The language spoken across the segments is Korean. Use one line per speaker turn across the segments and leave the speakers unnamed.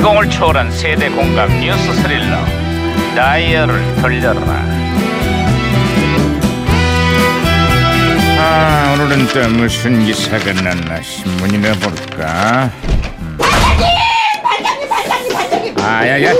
감동을 초월한 세대 공감 뉴스 스릴러 다이얼을 돌려라 아 오늘은 또 무슨 기사가 났나 신문이나 볼까
반장님, 반장님, 반장님.
아야야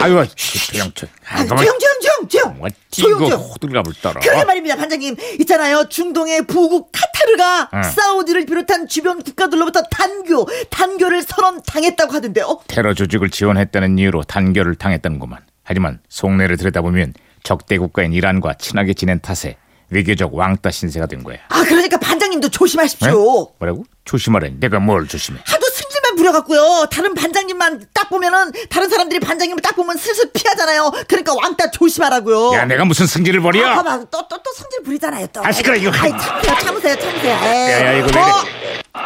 아유 시병철
조용, 조용, 조용, 조용.
뛰고
조용, 조용.
호들갑을 뭐 떨어
그러게 말입니다, 반장님. 있잖아요. 중동의 부국 카타르가
응.
사우디를 비롯한 주변 국가들로부터 단교, 단교를 선언당했다고 하던데요. 어?
테러 조직을 지원했다는 이유로 단결을 당했다는구만. 하지만 속내를 들여다보면 적대 국가인 이란과 친하게 지낸 탓에 외교적 왕따 신세가 된 거야.
아, 그러니까 반장님도
에?
조심하십시오.
뭐라고? 조심하래. 내가 뭘 조심해?
하도 승질만 부려갖고요. 다른 반장님만 딱 보면은 다른 사람들이 반장님을 딱 보면 슬슬 피하잖아요. 그러니까 왕따 조심하라고요.
야, 내가 무슨 승질을 버려?
어. 아, 봐봐, 또, 또, 또 성질 부리잖아요, 또.
아, 시끄러, 이거.
아이, 참으세요, 참으세요, 참으세요. 에이.
야, 야, 이거 왜
어?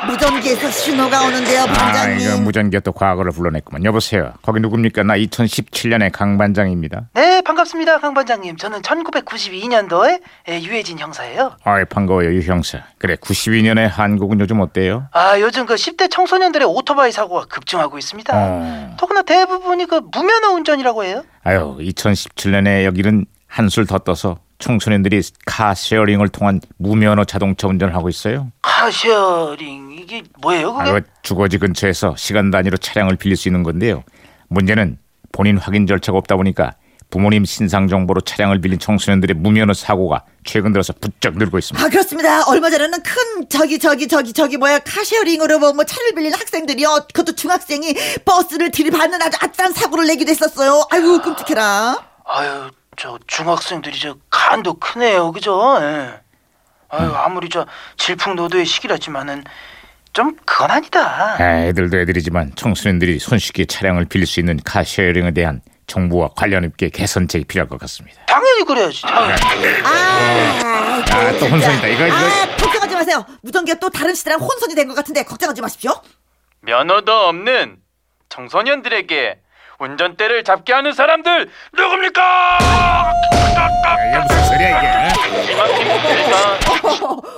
무전기에서 신호가 오는데요,
아,
반장님.
이거 무전기가 또 과거를 불러냈구만. 여보세요. 거기 누굽니까? 나 2017년의 강 반장입니다.
네 반갑습니다 강 반장님 저는 1992년도에 예, 유해진 형사예요
아이 반가워요 유 형사. 그래 92년의 한국은 요즘 어때요?
아 요즘 그 10대 청소년들의 오토바이 사고가 급증하고 있습니다
어.
더구나 대부분이 그 무면허 운전이라고 해요
아유 2017년에 여기는 한술 더 떠서 청소년들이 카쉐어링을 통한 무면허 자동차 운전을 하고 있어요.
카쉐어링 이게 뭐예요 그게?
바로 주거지 근처에서 시간 단위로 차량을 빌릴 수 있는 건데요. 문제는 본인 확인 절차가 없다 보니까 부모님 신상 정보로 차량을 빌린 청소년들의 무면허 사고가 최근 들어서 부쩍 늘고 있습니다.
아 그렇습니다. 얼마 전에는 큰 저기 저기 저기 저기 뭐야 카쉐어링으로 뭐, 뭐 차를 빌린 학생들이요. 그것도 중학생이 버스를 들이받는 아주 아찔한 사고를 내기도 했었어요. 아이고 끔찍해라.
아유 저 중학생들이 저 간도 크네요 그죠? 예. 아유 아무리 저 질풍노도의 시기라지만은 좀 그건 아니다
아, 애들도 애들이지만 청소년들이 손쉽게 차량을 빌릴 수 있는 카쉐어링에 대한 정보와 관련 있게 개선책이 필요할 것 같습니다.
당연히 그래야지 당연히.
아,
아, 또 혼선이다. 이거, 이거.
아, 걱정하지 마세요. 무전기가 또 다른 시대랑 혼선이 된 것 같은데 걱정하지 마십시오.
면허도 없는 청소년들에게 운전대를 잡게 하는 사람들 누굽니까?
이게 무슨 소리야 이게?
이만큼 힘들다.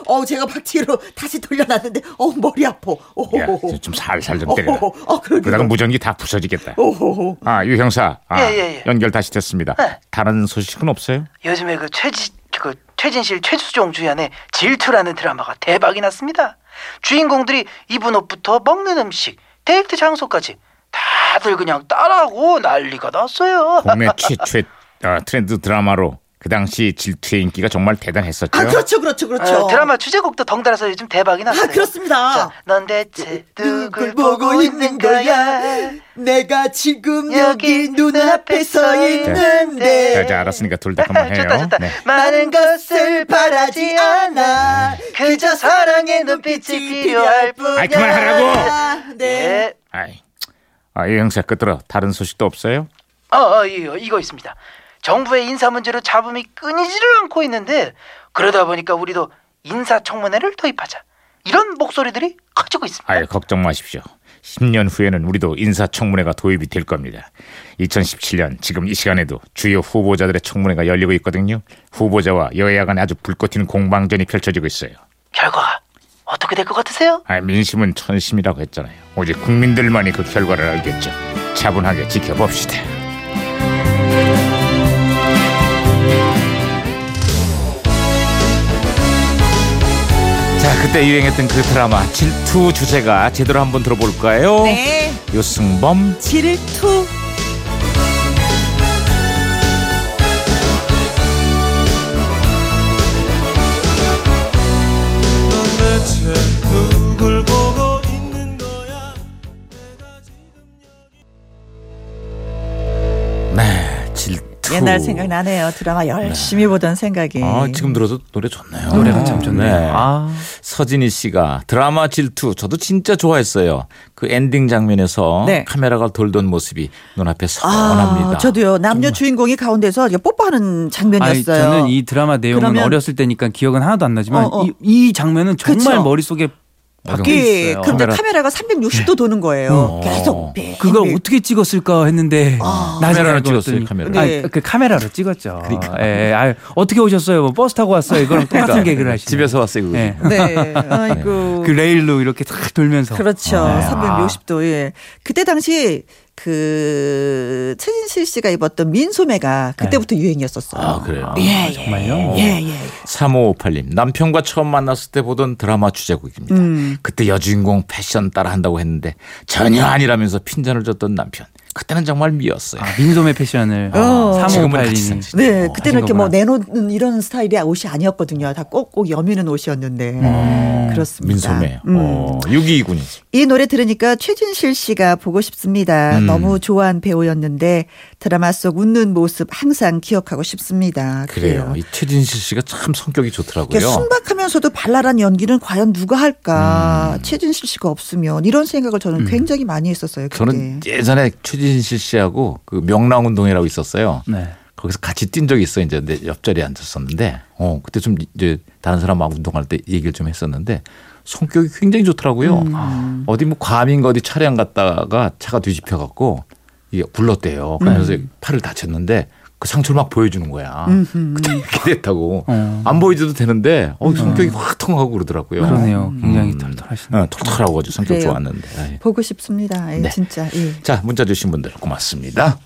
어, 제가 박치기로 다시 돌려놨는데, 어, 머리 아파. 오,
야, 좀 살살 좀 때려.
어, 어, 그러게.
그러다가 뭐 무전기 다 부서지겠다.
오,
아, 유 형사. 아,
예, 예, 예.
연결 다시 됐습니다.
네.
다른 소식은 없어요?
요즘에 그 최지 그 최진실 최수종 주연의 질투라는 드라마가 대박이 났습니다. 주인공들이 입은 옷부터 먹는 음식, 데이트 장소까지 다들 그냥 따라하고 난리가 났어요.
국내 최초의 어, 트렌드 드라마로 그 당시 질투의 인기가 정말 대단했었죠.
아, 그렇죠, 그렇죠, 그렇죠.
어, 드라마 주제곡도 덩달아서 요즘 대박이 났어요.
아, 그렇습니다.
자, 넌 대체 누굴 보고 있는 거야?
내가 지금
여기 눈앞에 서 있는데.
자, 자, 알았으니까 둘 다 그만해요.
좋다 좋다.
네.
많은 것을 바라지 않아. 그저 사랑의 눈빛이 필요할 뿐.
아이, 그만하라고.
네.
예.
아이, 아, 유 형사 끝으로 다른 소식도 없어요?
아, 아 이거, 이거 있습니다. 정부의 인사 문제로 잡음이 끊이지를 않고 있는데 그러다 보니까 우리도 인사청문회를 도입하자 이런 목소리들이 커지고 있습니다.
아유 걱정 마십시오. 10년 후에는 우리도 인사청문회가 도입이 될 겁니다. 2017년 지금 이 시간에도 주요 후보자들의 청문회가 열리고 있거든요. 후보자와 여야 간에 아주 불꽃 튀는 공방전이 펼쳐지고 있어요.
결과 어떻게 될 것 같으세요?
아, 민심은 천심이라고 했잖아요. 오직 국민들만이 그 결과를 알겠죠. 차분하게 지켜봅시다. 자, 그때 유행했던 그 드라마 질투 주제가 제대로 한번 들어볼까요?
네.
요승범
질투.
네, 질투.
옛날 생각나네요. 드라마 열심히 보던 생각이.
아 지금 들어도 노래 좋네요.
노래가 참 좋네요.
네.
아.
서진희 씨가 드라마 질투 저도 진짜 좋아했어요. 그 엔딩 장면에서
네.
카메라가 돌던 모습이 눈앞에 선합니다.
아, 저도요. 남녀 주인공이 가운데서 이렇게 뽀뽀하는
아니,
장면이었어요.
저는 이 드라마 내용은
그러면-
어렸을 때니까 기억은 하나도 안 나지만
어, 어.
이, 이 장면은 정말
그쵸.
머릿속에
예,
있어요. 네. 음.
근데 카메라가 360도 도는 거예요. 계속 빙,
어. 그걸
빙.
어떻게 찍었을까 했는데
아.
나중에
카메라로
알고
찍었어요,
봤더니-
카메라로. 그러니까.
네.
아니, 그 카메라로 찍었죠. 예, 예. 아유, 어떻게 오셨어요? 뭐 버스 타고 왔어요. 이거랑 똑같은 개그를 하시네.
집에서 왔어요. 그거.
예.
네. 아이고.
그 레일로 이렇게 탁 돌면서
그렇죠.
네.
아.
360도. 예. 그때 당시 그 최진실 씨가 입었던 민소매가 그때부터 유행이었었어요.
아 그래요.
예, 예.
정말요?
예, 예.
3558님 남편과 처음 만났을 때 보던 드라마 주제곡입니다.
음.
그때 여주인공 패션 따라 한다고 했는데 전혀 아니라면서 핀잔을 줬던 남편. 그때는 정말 미웠어요. 아,
아, 민소매 패션을
어.
지금은 같이
3582님.
어, 생기죠.
네, 그때는
하신
이렇게 뭐
거구나.
내놓는 이런 스타일의 옷이 아니었거든요. 다 꼭꼭 여미는 옷이었는데. 그렇습니다.
음, 민소매.
음.
어, 6229님.
이 노래 들으니까 최진실 씨가 보고 싶습니다.
음.
너무 좋아한 배우였는데 드라마 속 웃는 모습 항상 기억하고 싶습니다.
그래요. 이 최진실 씨가 참 성격이 좋더라고요.
이렇게 순박하면서 발랄한 연기는 과연 누가 할까?
음.
최진실 씨가 없으면 이런 생각을 저는 굉장히 많이 했었어요. 그때.
저는
네.
예전에 최진실 씨하고 그 명랑 운동회라고 있었어요.
네.
거기서 같이 뛴 적이 있어 이제 내 옆자리에 앉았었는데 어 그때 좀 이제 다른 사람하고 운동할 때 얘기를 좀 했었는데 성격이 굉장히 좋더라고요.
음.
어디 뭐 과민거 어디 차량 갔다가 차가 뒤집혀 갖고 이게 불렀대요. 그래서
음.
팔을 다쳤는데 그 상처를 막 보여주는 거야. 그때 이렇게 됐다고
어. 음.
안 보여줘도 되는데 어 성격이 확 통하고 그러더라고요.
그러네요. 굉장히
음.
털털하시네요.
어, 털털하고 아주 성격
그래요.
좋았는데. 아이.
보고 싶습니다. 예,
네.
진짜. 예.
자 문자 주신 분들 고맙습니다.